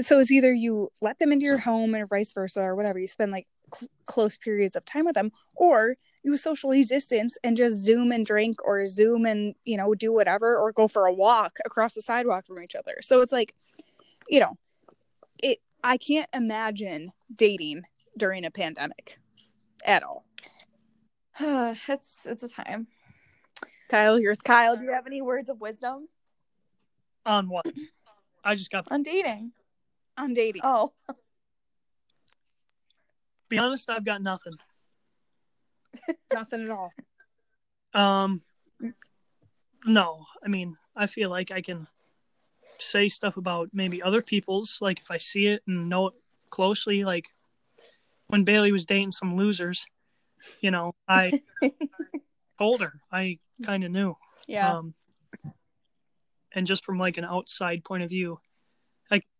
so it's either you let them into your home and vice versa, or whatever. You spend like cl- close periods of time with them, or you socially distance and just zoom and drink, or zoom and you know do whatever, or go for a walk across the sidewalk from each other. So it's like, you know, it. I can't imagine dating during a pandemic at all. it's it's a time. Kyle, your th- Kyle, do you have any words of wisdom On what? I just got to on dating? on dating. Oh, be honest, I've got nothing. Nothing at all. Um, no, I mean, I feel like I can say stuff about maybe other people's, like if I see it and know it closely, like when Bailey was dating some losers, you know, I told her, I kind of knew. Yeah. Um, and just from like an outside point of view,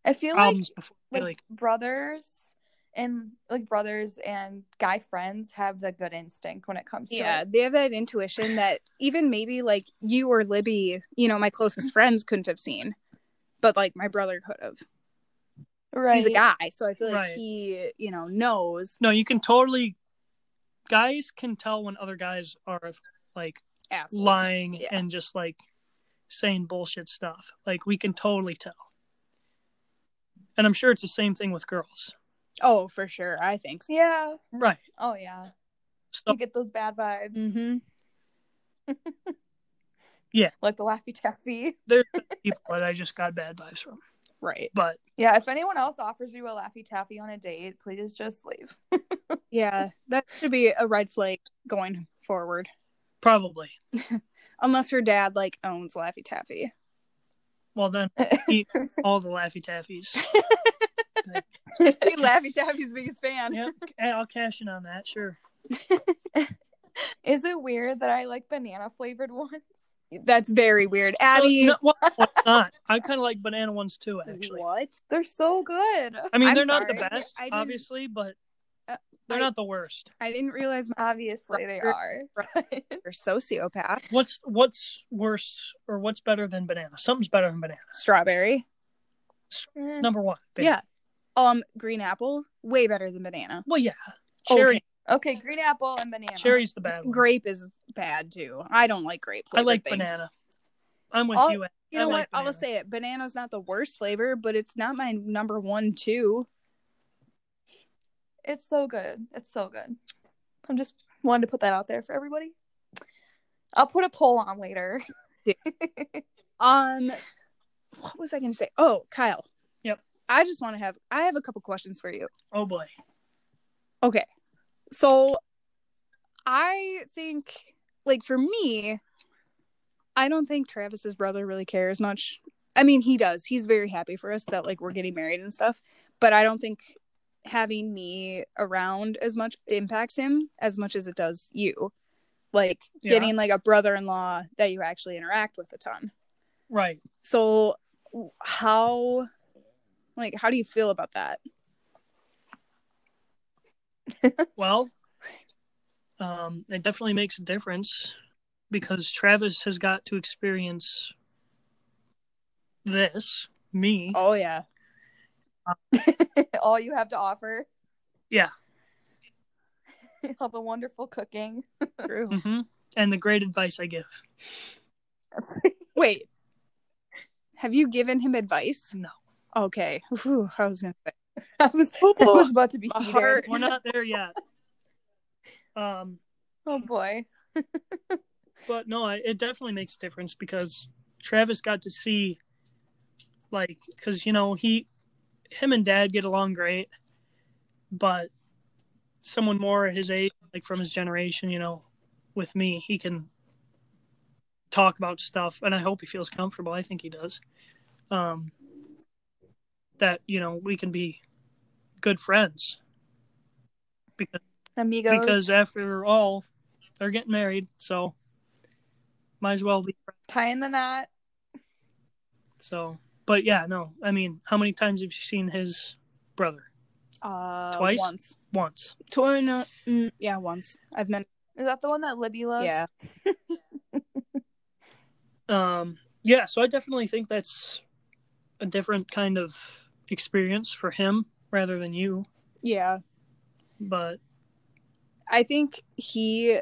I feel like problems Um, before like, Bailey. brothers and like brothers and guy friends have the good instinct when it comes to yeah, it. they have that intuition that even maybe like you or Libby, you know, my Mm-hmm. closest friends couldn't have seen, but like my brother could have. right He's a guy, so I feel like Right. he, you know, knows No, you can totally. Guys can tell when other guys are like assholes. lying Yeah. and just like saying bullshit stuff. Like we can totally tell. And I'm sure it's the same thing with girls. Oh, for sure. I think so. yeah Right. oh yeah So you get those bad vibes Mm-hmm. like the laffy taffy there's people that I just got bad vibes from. Right. But yeah if anyone else offers you a laffy taffy on a date please just leave Yeah. That should be a red flag going forward. probably. Unless her dad like owns Laffy Taffy. Well then eat all the Laffy Taffies. He Laffy Taffy's biggest fan. Yeah, I'll cash in on that, sure. is it weird that i like banana flavored ones That's very weird. Abby Well, no, well, it's not. I kinda like banana ones too, actually. What? they're so good I mean I'm they're not sorry. the best, I didn't- obviously, but Uh, they're I- not the worst. I didn't realize my obviously they are are sociopaths. What's what's worse or what's better than banana? Something's better than banana. strawberry? Eh, Number one. baby. Yeah. Um, green apple, way better than banana. Well, yeah. Cherry. okay green apple and banana Cherry's the bad one. Grape is bad too. I don't like grape. Oh. I like flavored things. banana. I'm with All- you. Ed. You I know like what? I'll banana. say it. Banana's not the worst flavor, but it's not my number one too. It's so good. It's so good. I'm just wanted to put that out there for everybody. I'll put a poll on later. Um, what was I going to say? Oh, Kyle. Yep. I just want to have. I have a couple questions for you. Oh boy. Okay. So I think like for me, I don't think Travis's brother really cares much. I mean, he does. He's very happy for us that like we're getting married and stuff, but I don't think having me around as much impacts him as much as it does you. Like Yeah. getting like a brother-in-law that you actually interact with a ton. Right. So w- how like how do you feel about that? Well, um, it definitely makes a difference because Travis has got to experience this me. Oh yeah. All you have to offer. Yeah. All the wonderful cooking. True. hmm And the great advice I give. Wait. Have you given him advice? No. Okay. Whew, I was gonna say. I was, I was about to be My heated. heart. We're not there yet. Um, Oh boy. but no, I- it definitely makes a difference because Travis got to see, like, because you know he, him and Dad get along great, but someone more his age, like from his generation, you know, with me, he can talk about stuff, and I hope he feels comfortable. I think he does. Um, that you know we can be good friends. Because, Amigos. because after all, they're getting married, so might as well be friends. Tie in the knot. So, but yeah, no, I mean, how many times have you seen his brother? Uh, Twice? Once. Once. Twi- no, mm, yeah, once. I've met. Is that the one that Libby loves? Yeah. um yeah so i definitely think that's a different kind of experience for him rather than you Yeah. but I think he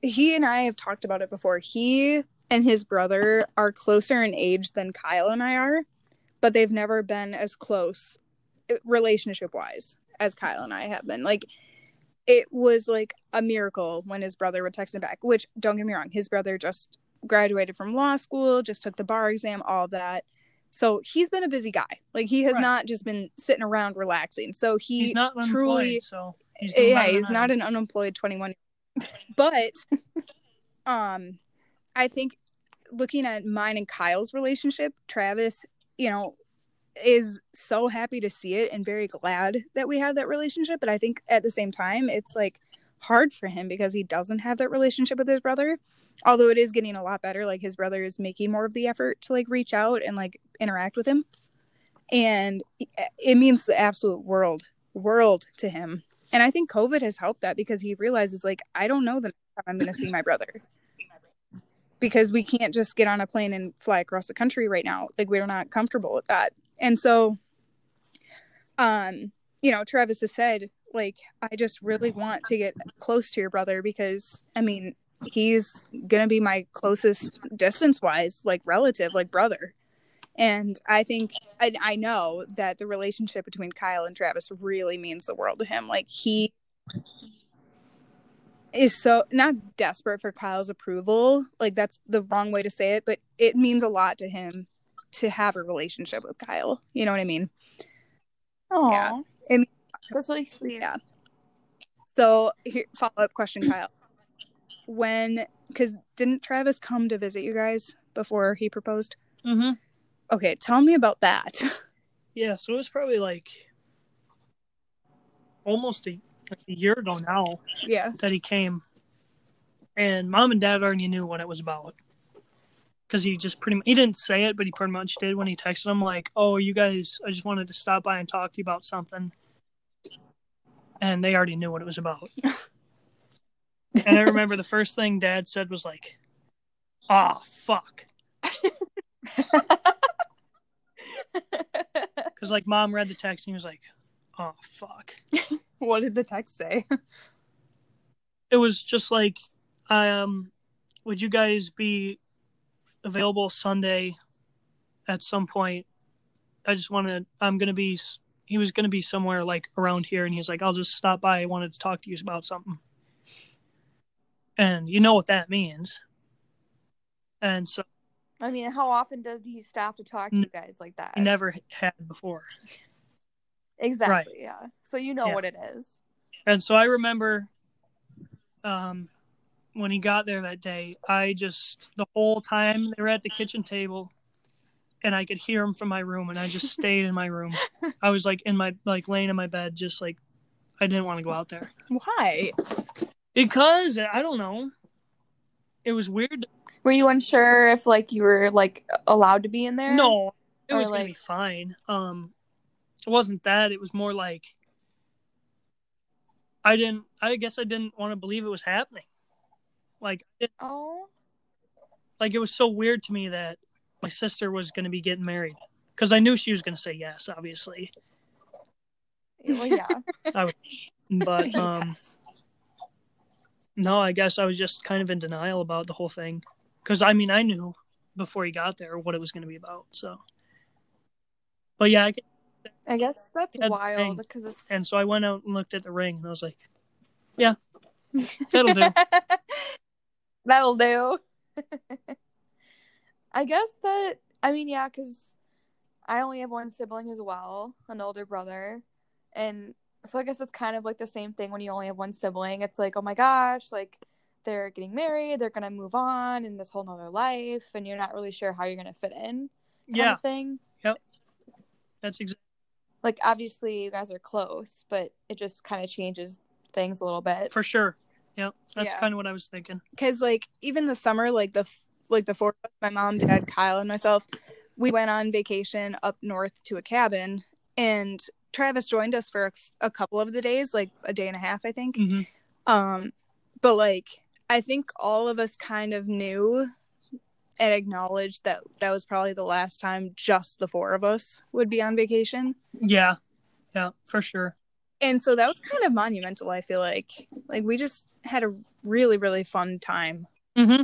he and I have talked about it before. He and his brother are closer in age than Kyle and I are, but they've never been as close relationship wise as Kyle and I have been. Like it was like a miracle when his brother would text him back, which don't get me wrong, his brother just graduated from law school, just took the bar exam, all of that. So he's been a busy guy. Like he has Right. not just been sitting around relaxing. So he he's not unemployed, truly so he's doing yeah, better he's than not I an unemployed 21. But um I think looking at mine and Kyle's relationship, Travis, you know, is so happy to see it and very glad that we have that relationship, but I think at the same time it's like hard for him because he doesn't have that relationship with his brother. Although it is getting a lot better, like his brother is making more of the effort to like reach out and like interact with him. And it means the absolute world world to him. And I think COVID has helped that because he realizes, like, I don't know the next time I'm going to see my brother because we can't just get on a plane and fly across the country right now. Like, we're not comfortable with that. And so, um, you know, Travis has said, like, I just really want to get close to your brother because, I mean, he's going to be my closest distance wise, like, relative, like, brother. And I think I, I know that the relationship between Kyle and Travis really means the world to him. Like he is so not desperate for Kyle's approval. Like that's the wrong way to say it, but it means a lot to him to have a relationship with Kyle. You know what I mean? Aww. Yeah. I mean- That's really sweet. Yeah. So here, follow up question, Kyle. When because didn't Travis come to visit you guys before he proposed? Mhm. Okay, tell me about that. yeah so it was probably like almost a, like a year ago now yeah. that he came and mom and dad already knew what it was about because he just pretty much he didn't say it but he pretty much did when he texted them like oh you guys i just wanted to stop by and talk to you about something and they already knew what it was about and i remember the first thing dad said was like oh fuck because like mom read the text and he was like oh fuck What did the text say? it was just like um would you guys be available sunday at some point i just want to i'm gonna be s- he was gonna be somewhere like around here and he's like i'll just stop by i wanted to talk to you about something and you know what that means and so I mean, how often does he stop to talk to you guys like that? he never had before Exactly. Yeah. So you know Yeah. what it is. And so I remember um, when he got there that day, I just, the whole time they were at the kitchen table and I could hear him from my room and I just stayed in my room. I was like in my, like laying in my bed, just like, I didn't want to go out there Why? because I don't know. It was weird. Were you unsure if like you were like allowed to be in there? No, it Or, was gonna be like- fine. Um, it wasn't that. It was more like I didn't. I guess I didn't want to believe it was happening. Like Oh. like it was so weird to me that my sister was going to be getting married because I knew she was going to say yes, obviously. Well, yeah. But um, no, I guess I was just kind of in denial about the whole thing because I mean I knew before he got there what it was going to be about. So, but yeah, I, c- I guess that's Yeah, wild dang. because it's and so I went out and looked at the ring and I was like, yeah, that'll do. That'll do. I guess that I mean yeah, because I only have one sibling as well, an older brother, and so I guess it's kind of like the same thing when you only have one sibling. It's like oh my gosh, like they're getting married, they're gonna move on in this whole nother life, and you're not really sure how you're gonna fit in. Kind yeah, of thing. that's exactly. like obviously you guys are close, but it just kind of changes things a little bit. for sure. Yeah, that's Yeah. kind of what I was thinking. because like even the summer like the f- like the four of us, my mom dad kyle and myself we went on vacation up north to a cabin and travis joined us for a, a couple of the days like a day and a half i think hmm um but like i think all of us kind of knew and acknowledged that that was probably the last time just the four of us would be on vacation Yeah, yeah, for sure. and so that was kind of monumental i feel like like we just had a really really fun time hmm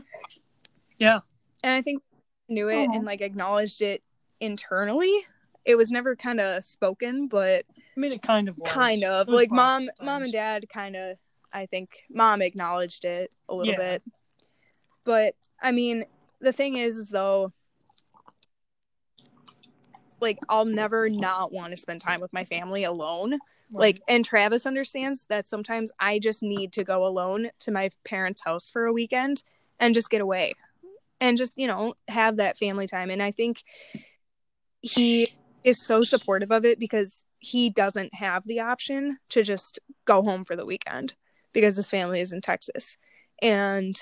and I think we knew it Aw. and like acknowledged it internally. It was never kind of spoken, but I mean, it kind of was. kind of It was like fun mom, at mom and times. dad kind of. I think mom acknowledged it a little Yeah. bit, but I mean, the thing is, is though, like I'll never not want to spend time with my family alone. Like, and Travis understands that sometimes I just need to go alone to my parents' house for a weekend and just get away and just, you know, have that family time. And I think he is so supportive of it because he doesn't have the option to just go home for the weekend because his family is in Texas. And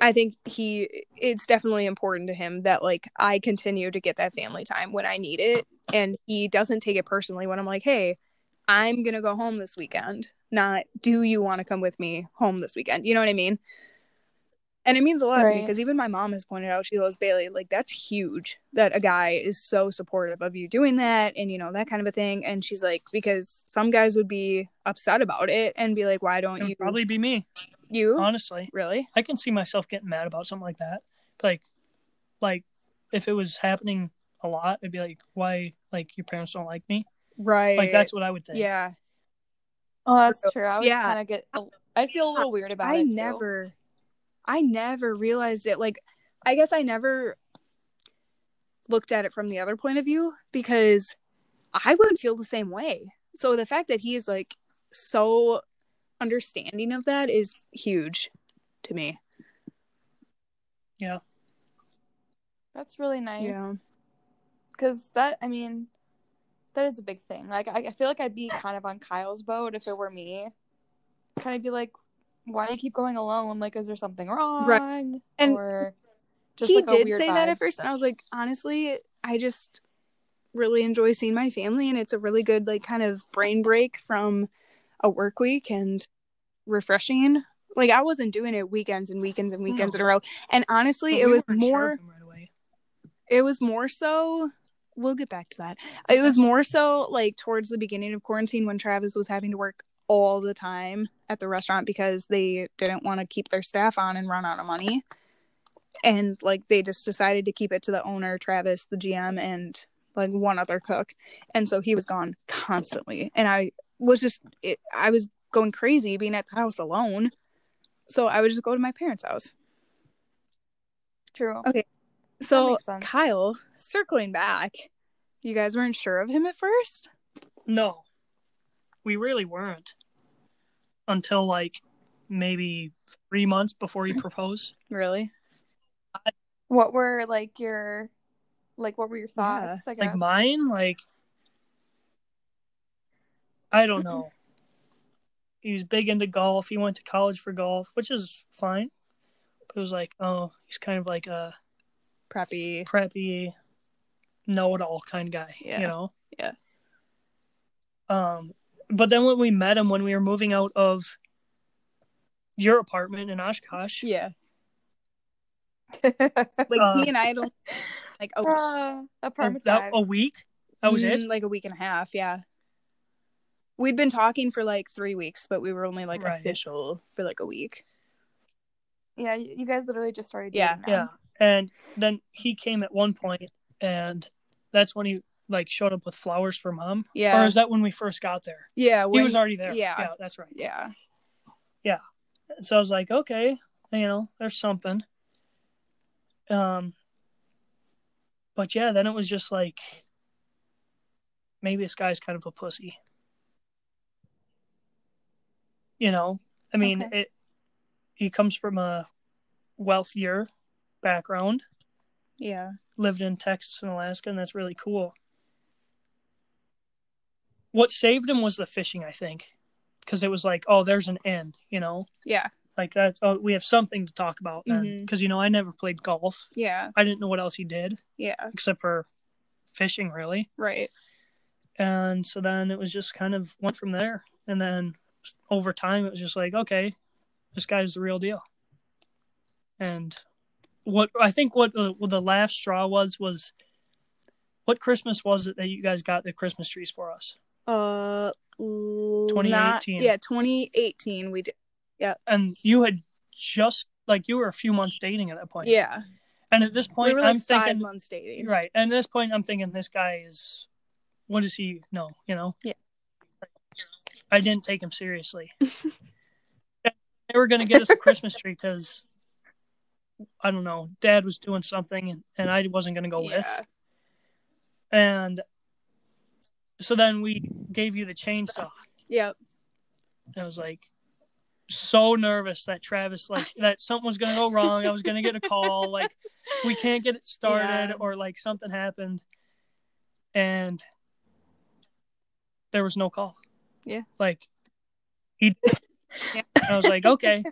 I think he, it's definitely important to him that like I continue to get that family time when I need it. And he doesn't take it personally when I'm like, hey, I'm going to go home this weekend, not do you want to come with me home this weekend? You know what I mean? And it means a lot to me Right. because even my mom has pointed out, she loves Bailey. Like, that's huge that a guy is so supportive of you doing that and, you know, that kind of a thing. And she's like, because some guys would be upset about it and be like, why it don't would you? probably be me. you? Honestly, really? I can see myself getting mad about something like that. Like, like if it was happening a lot, I'd be like, why? Like your parents don't like me. Right. Like that's what I would think. Yeah. Oh, that's true. I would Yeah. kind of get. I feel a little weird about I it. too. never I never realized it. Like I guess I never looked at it from the other point of view because I would feel the same way. So the fact that he is like so understanding of that is huge to me. That's really nice. Yeah. Cause that, I mean, that is a big thing. Like, I, I feel like I'd be kind of on Kyle's boat if it were me. Kind of be like, why do you keep going alone? Like, is there something wrong? And or he like, a did weird say that vibe. at first and I was like, honestly, I just really enjoy seeing my family and it's a really good like kind of brain break from a work week and refreshing. Like I wasn't doing it weekends and weekends and weekends in a row. And But honestly, it we was weren't sure more of them right away. it was more so we'll get back to that it was more so like towards the beginning of quarantine when travis was having to work all the time at the restaurant because they didn't want to keep their staff on and run out of money and like they just decided to keep it to the owner travis the gm and like one other cook and so he was gone constantly and i was just it, i was going crazy being at the house alone so i would just go to my parents house True. That so makes sense. Kyle, circling back, you guys weren't sure of him at first. No, we really weren't until like maybe three months before he proposed. Really? What were like your, like, what were your thoughts? I guess. Like mine, like I don't know. he was big into golf. He went to college for golf, which is fine. But it was like, oh, he's kind of like a Preppy. preppy, know-it-all kind of guy. Yeah. You know. Yeah. Um, but then when we met him, when we were moving out of your apartment in Oshkosh, Yeah. Uh, Like Uh, he and I had only, like a, Ah, Oh, a, apartment that, five. a week. That was it. mm, like a week and a half. Yeah. We'd been talking for like three weeks, but we were only like Right. official for like a week. Yeah, you you guys literally just started. Yeah. dating Yeah. now. And then he came at one point and that's when he like showed up with flowers for mom. Yeah. Or is that when we first got there? yeah. he when- was already there. yeah. that's right. yeah. So I was like, okay, you know, there's something. Um but yeah, then it was just like maybe this guy's kind of a pussy. You know, I mean, Okay. it he comes from a wealthier background. Yeah. lived in Texas and Alaska, and that's really cool. what saved him was the fishing, I think, because it was like, oh, there's an end, you know, Yeah. like that. Oh, we have something to talk about then, Mhm. because you know, I never played golf. Yeah. I didn't know what else he did Yeah. except for fishing, really. Right. And so then it was just kind of went from there, and then over time, it was just like, okay, this guy's the real deal. And what I think what the, what the last straw was was. What Christmas was it that you guys got the Christmas trees for us? Uh. l- 2018. yeah. 2018. We did. and you had just like you were a few months dating at that point. Yeah. And at this point, we were like I'm five thinking months dating. right. And at this point, I'm thinking this guy is, what does he know? You know. Yeah. I didn't take him seriously. And they were going to get us a Christmas tree because I don't know, Dad was doing something and, and I wasn't going to go with. Yeah. And so then we gave you the chainsaw. Yep. I was like so nervous that Travis like that something was gonna go wrong. I was gonna get a call, like we can't get it started Yeah. or like something happened. And there was no call. Yeah. Like he Yeah. I was like, okay.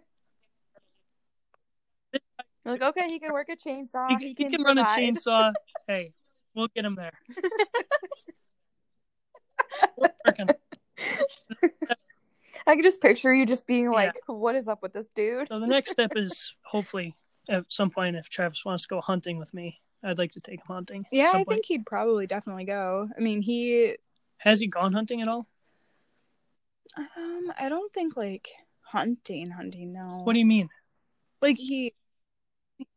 You're like, okay, he can work a chainsaw. He, He, he can, can run a provide. chainsaw. Hey, we'll get him there. We're working. I can just picture you just being Yeah. like, what is up with this dude? So the next step is hopefully at some point if Travis wants to go hunting with me, I'd like to take him hunting. at Yeah. some I point. think he'd probably definitely go. I mean, he. Has he gone hunting at all? Um. I don't think like hunting. Hunting. No. What do you mean? like he.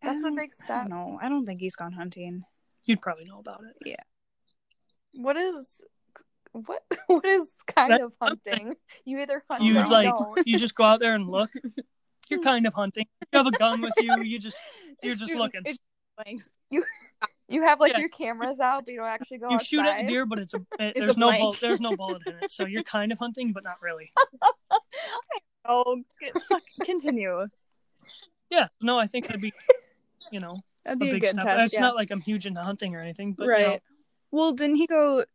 That's a Um, big I step. don't know. I don't think he's gone hunting. You'd probably know about it. What is what what is kind That- of hunting? You either hunt You or No, would you like don't. you just go out there and look. You're kind of hunting. You have a gun with you. You just You're It's just shooting- looking. it's blanks. You have like Yeah. your cameras out, but you don't actually go you outside. shoot at a deer, but it's a it- It's there's a no blank. bullet there's no bullet in it. So you're kind of hunting, but not really. Oh, get- fuck, continue. Yeah. No, I think that'd be you know That'd a be a, big good step. test. it's yeah. not like I'm huge into hunting or anything, but you right. know, Well, didn't he go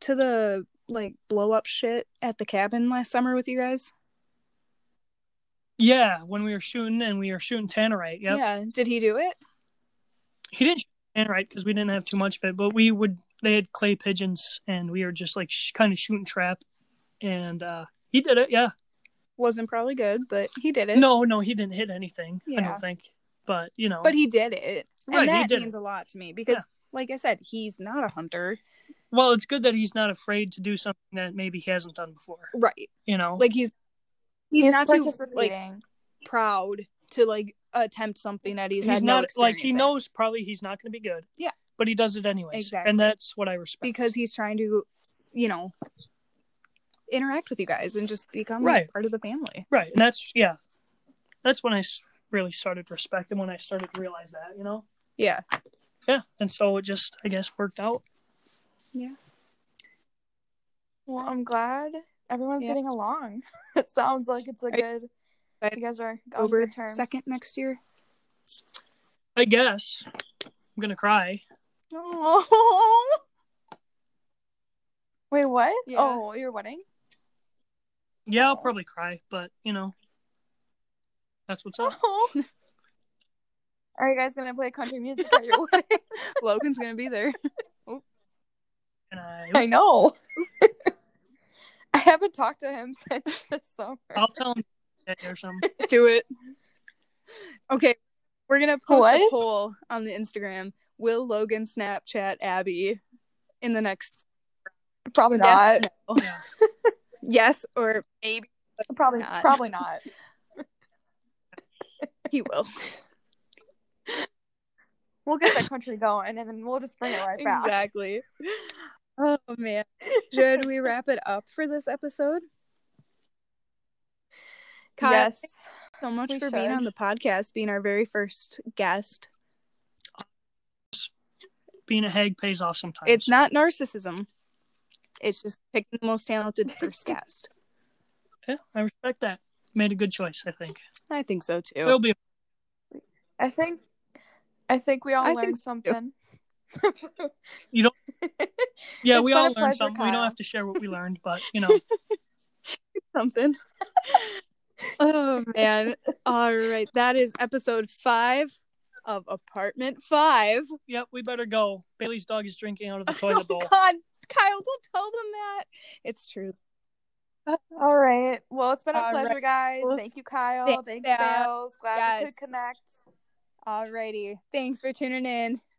to the like blow up shit at the cabin last summer with you guys? yeah, when we were shooting and we were shooting tannerite, yep. Yeah. Did he do it? he didn't shoot tannerite because we didn't have too much of it, but we would they had clay pigeons and we were just like sh- kind of shooting trap, and uh he did it. Yeah, Wasn't probably good, but he did it. no, no, he didn't hit anything. I Yeah. don't think, but you know, But he did it. Right, he and that did it. means a lot to me because Yeah. like I said, he's not a hunter. well, it's good that he's not afraid to do something that maybe he hasn't done before. Right. You know, Like he's he's, He's, not too like participating. proud to like attempt something that he's, he's, had no not like he experience in. knows probably he's not going to be good. Yeah. but he does it anyways, Exactly. and that's what I respect. because he's trying to, you know, interact with you guys and just become Right. part of the family. right, and that's yeah, that's when I s- really started to respect him when I started to realize that you know, Yeah. yeah, and so it just I guess worked out. Well, I'm glad everyone's Yeah. getting along. it sounds like it's a Are you good. excited You guys are on Over good terms. second next year. I guess I'm gonna cry. Oh. Wait, what? Yeah. Oh, your wedding? Yeah, I'll Aw. probably cry, but you know, that's what's up. Oh. Are you guys gonna play country music at your wedding? Logan's gonna be there. And I, I know. I haven't talked to him since this summer. Oh, I'll tell him or something. Do it. Okay. We're gonna post a What? poll on the Instagram. Will Logan Snapchat Abby in the next Probably yes, not. no. Yeah. yes or maybe Probably Not. probably not. he will. We'll get that country going, and then we'll just bring it right back. Exactly. Oh man. Should we wrap it up for this episode? Kyle, Yes. so much We for being should. on the podcast, being our very first guest. Being a hag pays off sometimes. It's not narcissism. It's just picking the most talented first guest. Yeah, I respect that. Made a good choice, I think. I think so too. There'll be I think I think we all I think learned so, too. something. You don't- Yeah, It's we my all pleasure, learned something. We Kyle. don't have to share what we learned, but you know, something. oh man. All right. That is episode five of Apartment Five. yep, we better go. Bailey's dog is drinking out of the toilet bowl. Oh, God, Kyle, don't tell them that. It's true. All right. Well, it's been a All pleasure, guys. Well, Thank you, Kyle. thank Thanks, you. Bales. Glad we Yes. could connect. Alrighty. Thanks for tuning in.